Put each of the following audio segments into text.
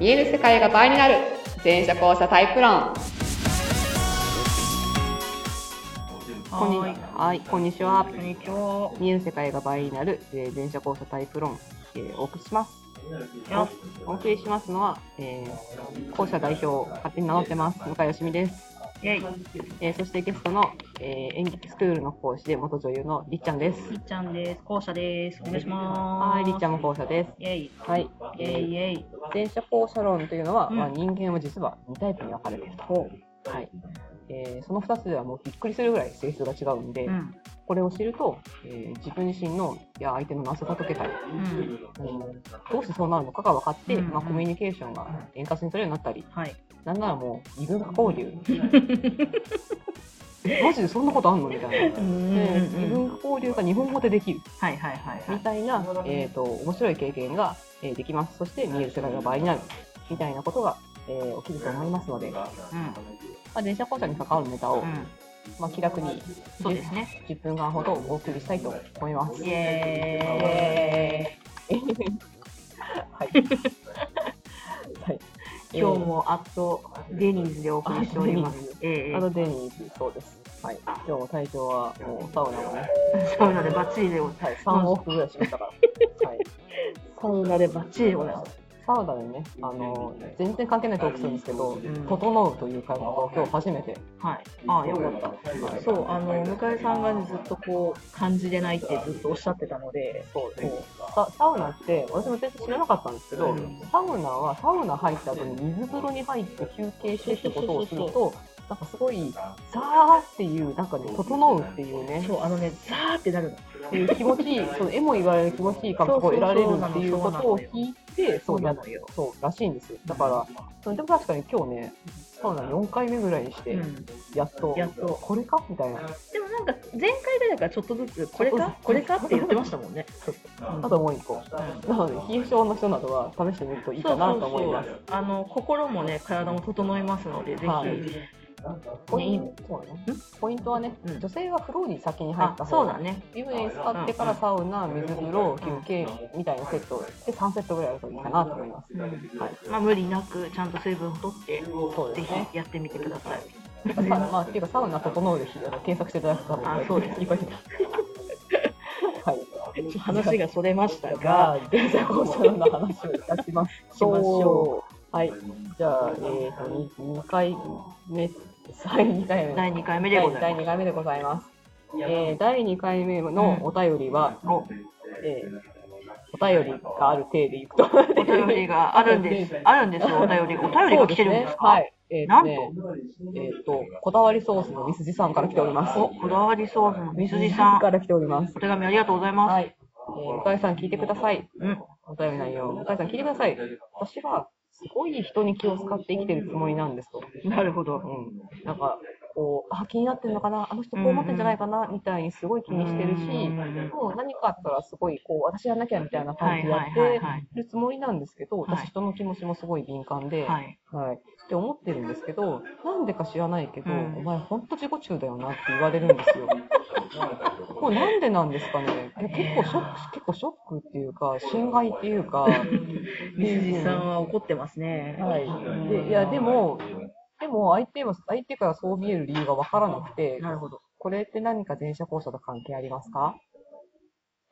見える世界が倍になる全社交社タイプ論こんにはいはいこんにちはこんにちは。見える世界が倍になる、えー、全社交差タイプ論、えー、お送りします。よお送りしますのは、えー、校舎代表を勝手に名乗ってます、向井よしみです。イェイ。えー、そしてゲストの、えー、演劇スクールの講師で元女優のりっちゃんです。りっちゃんです。校舎です。お願いします。はい、りっちゃんも校舎です。イェイ。はい、イェイイえェイ。ー、全社交社論というのは、うんまあ、人間は実は2タイプに分かれていると。はい。えー、その2つではもうびっくりするぐらい性質が違うんで、うん。これを知ると、えー、自分自身の、いや、相手の謎が解けたり、うん。どうしてそうなるのかが分かって、うんまあ、コミュニケーションが円滑に取れるようになったり、はい。なんならもう異文化交流 えマジでそんなことあんのみたいな。うんうんで異うん。文化交流が日本語でできるはいはいはいはみい。たいな、えー、と面白い経験が、えーできますそして見える世界が倍になるみたいなことが、えー起きると思いますので、まあ、電車交差に関わるネタを、うん。うん。まあ、気楽にそうですね。 10分間ほどお送りしたいと思います。 イェーイ。はいはい、今日もアットデニーズでお送りしております。ええあのデニーズ、そうです。はい。今日も体調はもうサウナもね、サウナでバッチリでございはい、3往復ぐらいしまし たから。はい。ます。サウナでバッチリでございます。サウナでね、あの、全然関係ないトークするんですけど、ん整うという会話を今日初めて。はい。ああ、よかった。そう、あの、向井さんがね、ずっとこう、感じでないってずっとおっしゃってたので、そうですササウナって、私も全然知らなかったんですけど、うんサウナはサウナ入った後に水風呂に入って休憩してってことをすると、なんかすごい、ザーっていう、なんかね、整うっていうね、そう、あのね、ザーってなるの。っていう気持ちいい、その絵も言われる気持ちいい感覚を得られるっていうことを聞いて、そうなのよ。そうらしいんですよ。だから、それでも確かに今日ね、サウナ4回目ぐらいにしてう、ん。やっと、やっとこれかみたいな。でもなんか前回ぐらいからちょっとずつこれかこれかって言ってましたもんね。あともう一個。なので、冷え性の人などは試してみるといいかなと思います。あの心もね体も整いますのでぜひ、はいポイントはねポイントはね、うん女性はフローに先に入あったそ方うだが、ね。湯船に浸ってからサウナ、水風呂、休憩みたいなセットで3セットぐらいあるといいかなと思います。はい。まあ無理なくちゃんと水分をとってそうでぜすね。ひやってみてください。さまあ、っていうか、サウナ整うで検索していただくと多分、あそうですいっぱい出てくる。はい。話がそれましたがが、電車交渉の話をいたしまししましょう。はい。 じゃあ、えっ、と、に二回目、第2回目。第2回目でござい第二回目でございます。えー、第2回目のお便りは、ます。おえー、お便りがある体でいくと。お便りがあるん です。あるんですよ、お便り。お便りが来てるんですかそうねはい。えーとねなんえっ、と、こだわりソースのみすじさんから来ております。お、こだわりソースのみすじさん。から来ておりますお。手紙ありがとうございます。はい。えー、向井さん聞いてください。うん。お便り内容。向井さん聞いてください。私は、すごい人に気を使って生きてるつもりなんですと。なるほど。うん。なんか、こう、あ、気になってるのかなあの人こう思ってんじゃないかなみたいにすごい気にしてるし、うんうんうんもう何かあったらすごい、こう、私やんなきゃみたいなは感じいでやはっいはいてはい。るつもりなんですけど、はい私人の気持ちもすごい敏感で、はい。はい。って思ってるんですけど、なんでか知らないけど、うんお前ほんと自己中だよなって言われるんですよ。これなんでなんですかねいや結構ショック、結構ショックっていうか、心外っていうか、みすじさんは怒ってますね。はい。でいや、でも、でも相手は、相手からそう見える理由がわからなくて、なるほど。これって何か前者後者と関係ありますか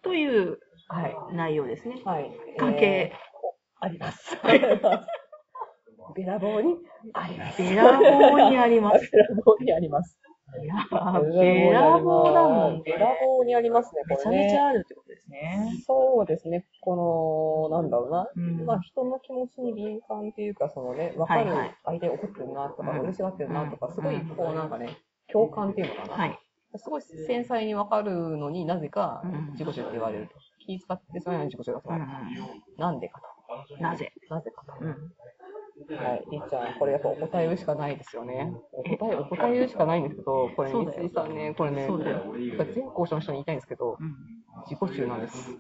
というはい。内容ですね。はい。関係、あります。あります。 べらぼうにあります。べらぼうにあります。べらぼうにあります。いやーべらぼうだもん。べらぼうにありますね、めこちゃれめね。ちゃあるってことですね。そうですね、この、なんだろうな。うんまあ、人の気持ちに敏感っていうか、そのね、わかるはいはい相手怒ってるなとか、うん嬉しがってるなとうんか、すごい、こうなんかね、共感っていうのかな。はい。すごい繊細にわかるのになぜかうん自己中って言われると。気使ってそのように自己中だとう。んなんでかうんなぜと。なぜかと。うんはい。りっちゃん、これやっぱお答え言うしかないですよね。お答え、お答え言うしかないんですけど、これ、そう三だよ井さんね、これね、そうだよやっぱ全校舎の人に言いたいんですけど、うん 自己中なんです。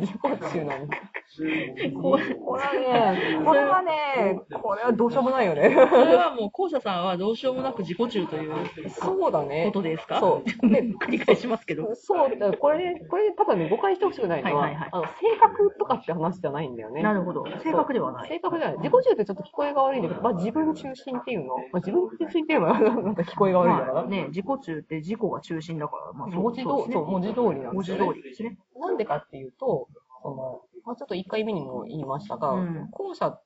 自己中なんだ。ここれはね、これは ね、これはどうしようもないよね。れはもう、校舎さんはどうしようもなく自己中というそうだねこ。とですか。そう 繰り返しますけど。そう、だからこれ、これ、ただね、誤解してほしくないのは、はいはいはいあの、性格とかって話じゃないんだよね。なるほど。正確ではない。性格じゃない。自己中ってちょっと聞こえが悪いんだけど、まあ自分中心っていうの。まあ自分中心っていうのは、 なんか聞こえが悪いから、まあね、自己中って自己が中心だから、まあ、文字通そうり、そう、文字通りなん文字です通よね。りですね。なんでかっていうと、その、まあちょっと1回目にも言いましたが、うん後者、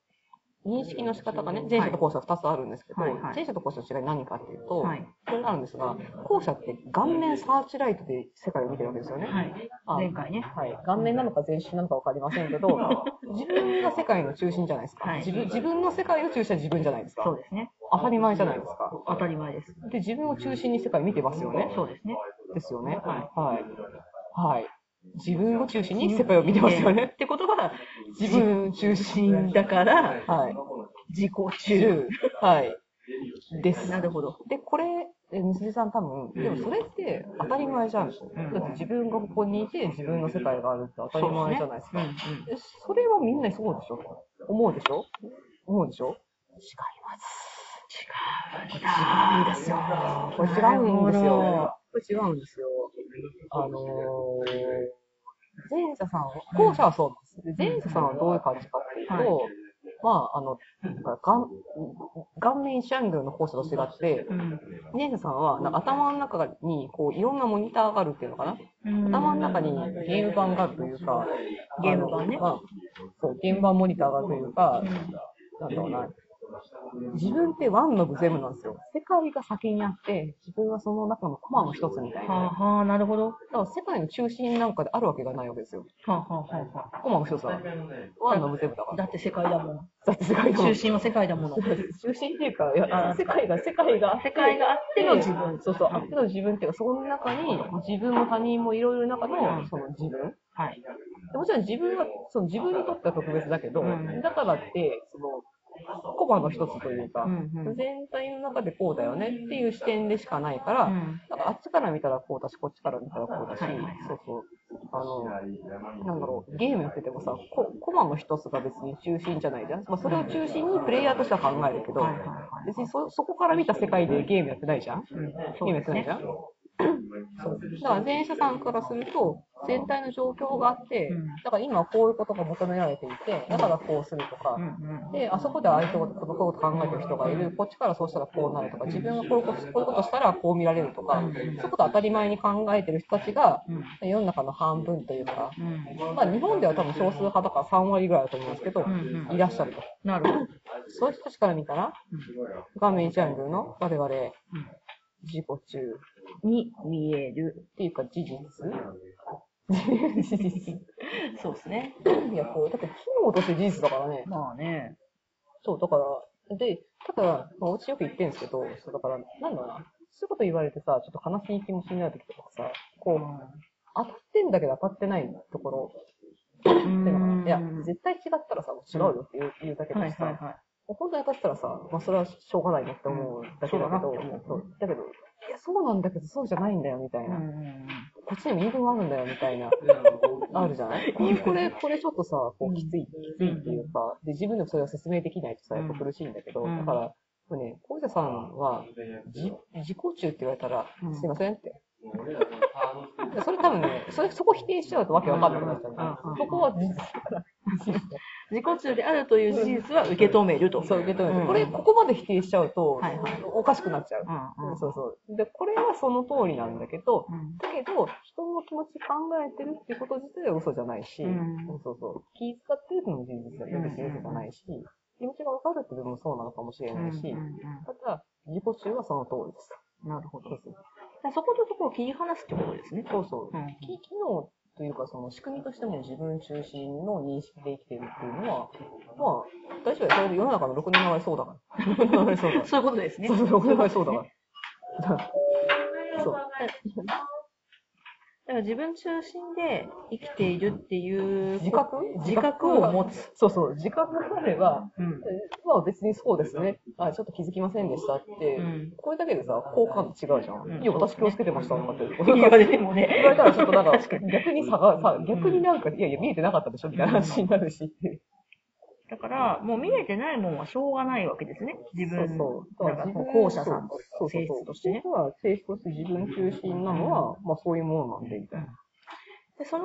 認識の仕方がね、前者と後者2つあるんですけど、はいはい前者と後者の違い何かっていうと、はい。これがあるんですが、後者って顔面サーチライトで世界を見てるわけですよね。はい。あ前回ね。はい、顔面なのか全身なのかわかりませんけど、自分が世界の中心じゃないですか、はい自分。自分の世界の中心は自分じゃないですそうか。ですね。当たり前じゃないですか。当たり前です。で、自分を中心に世界見てますよね。そうですね。ですよね。ははい。はい。自分を中心に世界を見てます よね。ってことは、自分中心人だ。だから、はい。自己中。中。はい。です。なるほど。で、これ、えみすじさん多分、でもそれって当たり前じゃん。だって自分がここにいて自分の世界があるって当たり前じゃないですうんうん。か。えそれはみんなそうでしょ思うでしょ思うでしょ違います。違うんですよ。これ違うなんでするほどよ。これ違うんですよ。あのー、前者さんは、後者はそうなんです。で前者さんはどういう感じかっていうと、はいまあ、あの、顔顔面シャングルの後者と違って、うん前者さんはなんか頭の中にこういろんなモニターがあるっていうのかな、うん頭の中にゲーム版があるというか、ゲーム版ねあのまあそう、ゲーム版モニターがあるというか、なんだろうな。自分ってワンのグゼムなんですよ。世界が先にあって、自分はその中のコマの一つみたいな。はあはあ、なるほど。はだから世界の中心なんかであるわけがないわけですよ。あはあはあはコマの一つは。ワンのグゼムだかあ。だら。って世界だもん。だって世界の中心は世界だもの。中心っていうか、いやあ世界が、世界があって、世界があっての自分。そうそう、あっての自分っていうか、その中に、自分も他人もいろいろな中の、その自分。はい。でもちろん自分は、その自分にとっては特別だけど、うんだからって、その、コマの一つというか、うんうん全体の中でこうだよねっていう視点でしかないから、うんだからあっちから見たらこうだし、こっちから見たらこうだし、はいはいはいそうそう。あの、なんだろう、ゲームやっててもさ、ココマの一つが別に中心じゃないじゃん。まあ、それを中心にプレイヤーとしては考えるけどはいはいは、別にそそこから見た世界でゲームやってないじゃん。うんゲームやってないじゃん。そうだから前者さんからすると、全体の状況があってうん、だから今こういうことが求められていて、だからこうするとかう、んうんで、あそこでああいうことこういうこと考えてる人がいる、こっちからそうしたらこうなるとか、自分がこういうことこういうことしたらこう見られるとか、そういうこと当たり前に考えてる人たちが、うん世の中の半分というか、うんまあ日本では多分少数派だから3割ぐらいだと思うんですけどう、んうんいらっしゃると。なるほど。そういう人たちから見たら、画面ジャンルの我々、自己中に見える。っていうか事実事実。そうですね。 いや、こう、だって機能として事実だからね。まあね。そう、だから、で、ただ、まあ、うちよく言ってるんですけど、そうだから、なんだろうな、そういうこと言われてさ、ちょっと悲しい気持ちになるときとかさ、こう、当たってんだけど当たってないところうんっていうのかな。いや、絶対違ったらさ、もう違うよって言う,、言うだけはでいさ、はいはい。本当に当たったらさ、まあそれはしょうがないなって思うだけだけど、うんそうだなって思うそうだけど、いや、そうなんだけど、そうじゃないんだよ、みたいな。こっちにも言い分あるんだよ、みたいな。あるじゃないこれ、これ、これちょっとさ、こう、きつい、きついっていうか、で、自分でもそれを説明できないとさ、やっぱ苦しいんだけど、うんだから、もうね、こうじゃさんは、じ自己中って言われたらうん、すいませんって。でそれ多分ね、それ、そこ否定しちゃうとわけわかんなくなっちゃうんだようんうんそこは実自己中であるという事実は受け止めると。そう受け止めて、うんこれ、ここまで否定しちゃうとはいはい、おかしくなっちゃうう。んうんそうそう。で、これはその通りなんだけど、うんだけど、人の気持ち考えてるっていうこと自体は嘘じゃないし、うんそうそう。気遣ってるのも事実だけど、別に嘘じゃないし、気持ちがわかるって部分もそうなのかもしれうなんいし、うんただ、自己中はその通りです。なるほど。そうそう。そことそこを切り離すってことですね。そうそううんき機能というか、その仕組みとしても自分中心の認識で生きてるっていうのは、まあ、大丈夫だよ。それ世の中の6年の割そうだから。6年の 割そうだから。そういうことです ね。そうそう、6年の割そうだから。そう。だから自分中心で生きているっていう自覚自覚を持つ。そうそう、自覚があれば、うん。まあ別にそうですね。あ、ちょっと気づきませんでしたって、うんこれだけでさ、好感度違うじゃん。うんいや、私気をつけてました とかって。言われても言われね。たらちょっとなんか確か、に逆にさが、さ、逆になんか、いやいや、見えてなかったでしょみたいな話になるしっていう。だから、もう見えてないもんはしょうがないわけですね。自そう分。そう。だから、後者さんとそうそう性そう質としてね。僕は性質として自分中心なのは、まあそういうものなんで、みたいな。で、その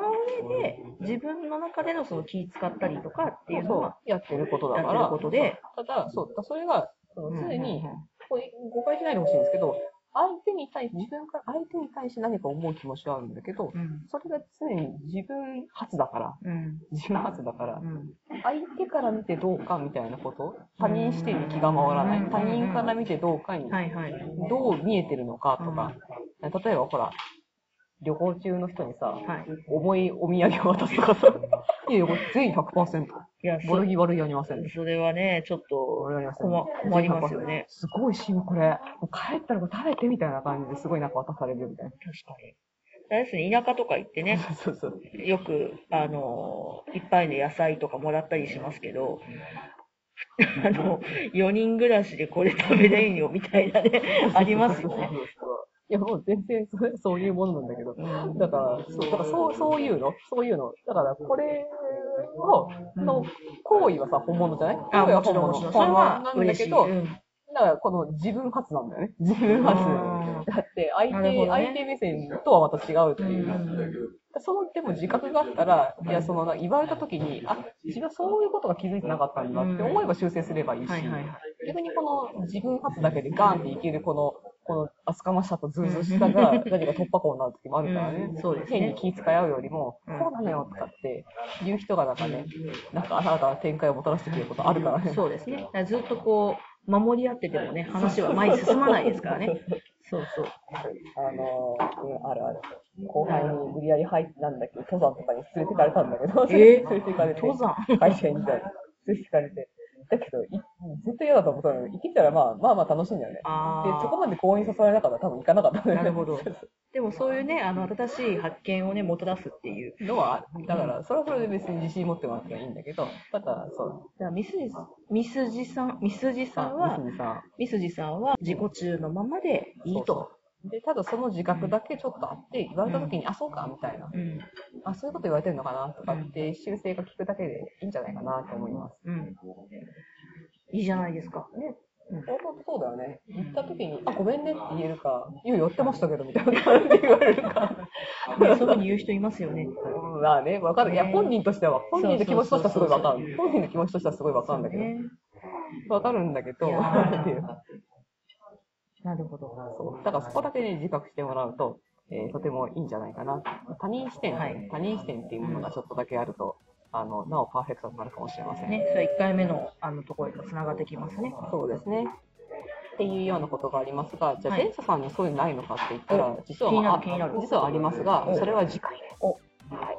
上で、自分の中でのその気使ったりとかっていうのそうは、、やってることだやっかてるらこ、とで、ただ、そう、だからそれが、その常うんうんうにん、これ誤解しないでほしいんですけど、相手に対して、自分から相手に対して何か思う気持ちはあるんだけど、うん。それが常に自分発だから、うん。自分発だからう、ん。相手から見てどうかみたいなこと、他人視点に気が回らなうんい、他人から見てどうかに、はいはい。どう見えてるのかとか、例えばほら、旅行中の人にさ、はい。重いお土産を渡すとかさ、 いやいや、これ全員100%、いや、悪そ気悪いやりません。それはね、ちょっと、俺やりません困困りますよね。すごい芯これ。もう帰ったらこれ食べてみたいな感じですごいなんか渡されるみたい確かに。あれですね、田舎とか行ってね、 な。そうそう。よく、あの、いっぱいの野菜とかもらったりしますけど、 あの、4人暮らしでこれ食べれんよみたいなね、 ありますよね。いや、もう全然そうそういうものなんだけど。うんだから、そう、だからそう、そういうの、そういうの。だから、これを、の行為はさ、本物じゃない行あ、為はもち本ろん、物。もちろん。そ本れ物はなんだ嬉けしい。ど、うんだから、この自分発なんだよね。自分発。あだって、相な手、るほどね相手目線とはまた違うっていう。ーその、でも自覚があったら、いや、その、言われた時に、あ、自分はそういうことが気づいてなかったんだって思えば修正すればいいし、はいはいはい。逆にこの自分発だけでガーンっていけるこの、この厚かましさとズーズーしさ が何か突破口になる時もあるからね。うんそうですね変に気遣うよりも、うんこうなのよとかって言う人がなんかね、なんか新たな展開をもたらしてくれることあるからね。 そうですね。だからずっとこう、守り合っててもね、話は前に進まないですからね。そうそう。あのー、うん、あるある。後輩に無理やり入ったんだけど、登山とかに連れてかれたんだけど、えー 連れてかれて。登山 会社員時代、連れてかれて。だけど、いずっと嫌だと思ったのに、行ってみたらまあまあまあ楽しいんだよね。あで、ーそこまで強引に誘われなかったら多分行かなかったねなるほど。でもそういうね、あの、新しい発見をね、もたらすっていう。 のはある、だから、それはそれで別に自信持ってもらってもいいんだけど、ただ、そう。だから、ミスジさん、ミスジさん、ミスジさんは、ミスにさミスジさんは自己中のままでいいと。で、ただその自覚だけちょっとあって、言われた時に、あ、そうか、みたいな。うん。あ、そういうこと言われてるのかな、とかって、修正が効くだけでいいんじゃないかなと思います。うん。いいじゃないですか。ね。うん本当そうだよね。行った時に、あ、ごめんねって言えるか、いや、やってましたけど、みたいな感じで言われるか。ねそういうふうに言う人いますよね。うんまあね、わかる。いや、ね本人としては、本人の気持ちとしてはすごいわかそうる。そうそうそう本人の気持ちとしてはすごいわかるんだけど。ね。わかるんだけど、いやーっていう。なるほど。 そう。だからそこだけで自覚してもらうと、えーとてもいいんじゃないかな。他人視点、はい他人視点っていうものがちょっとだけあると、あの、なおパーフェクトになるかもしれません。ね、それ1回目のあのところに繋がってきますね。そうですね。っていうようなことがありますが、じゃあ、はい前者さんにそういうのないのかって言ったらお、実は、気になるあ気になる実はありますが、おそれは次回おは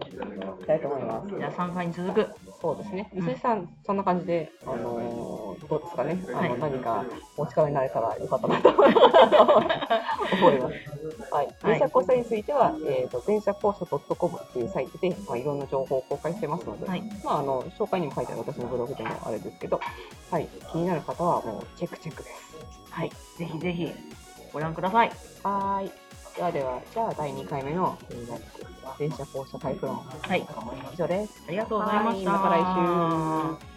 い。いきたいと思います。じゃあ3回に続く。そうですね。うん水井さん、そんな感じで、あのーどうですかね。あの、はい何かお力になれたらよかったなと思います。はい。前者交渉については、えっ、と、前者交渉 .com っていうサイトで、まあ、いろんな情報を公開してますので、はいまあ、あの、紹介にも書いてある私のブログでもあれですけど、はい。気になる方はもうチェックチェックです。はい。ぜひぜひご覧ください。はーい。ではでは、じゃあ第2回目の、えー前者交渉タイプ論、はい。以上です。ありがとうございました。はいまた来週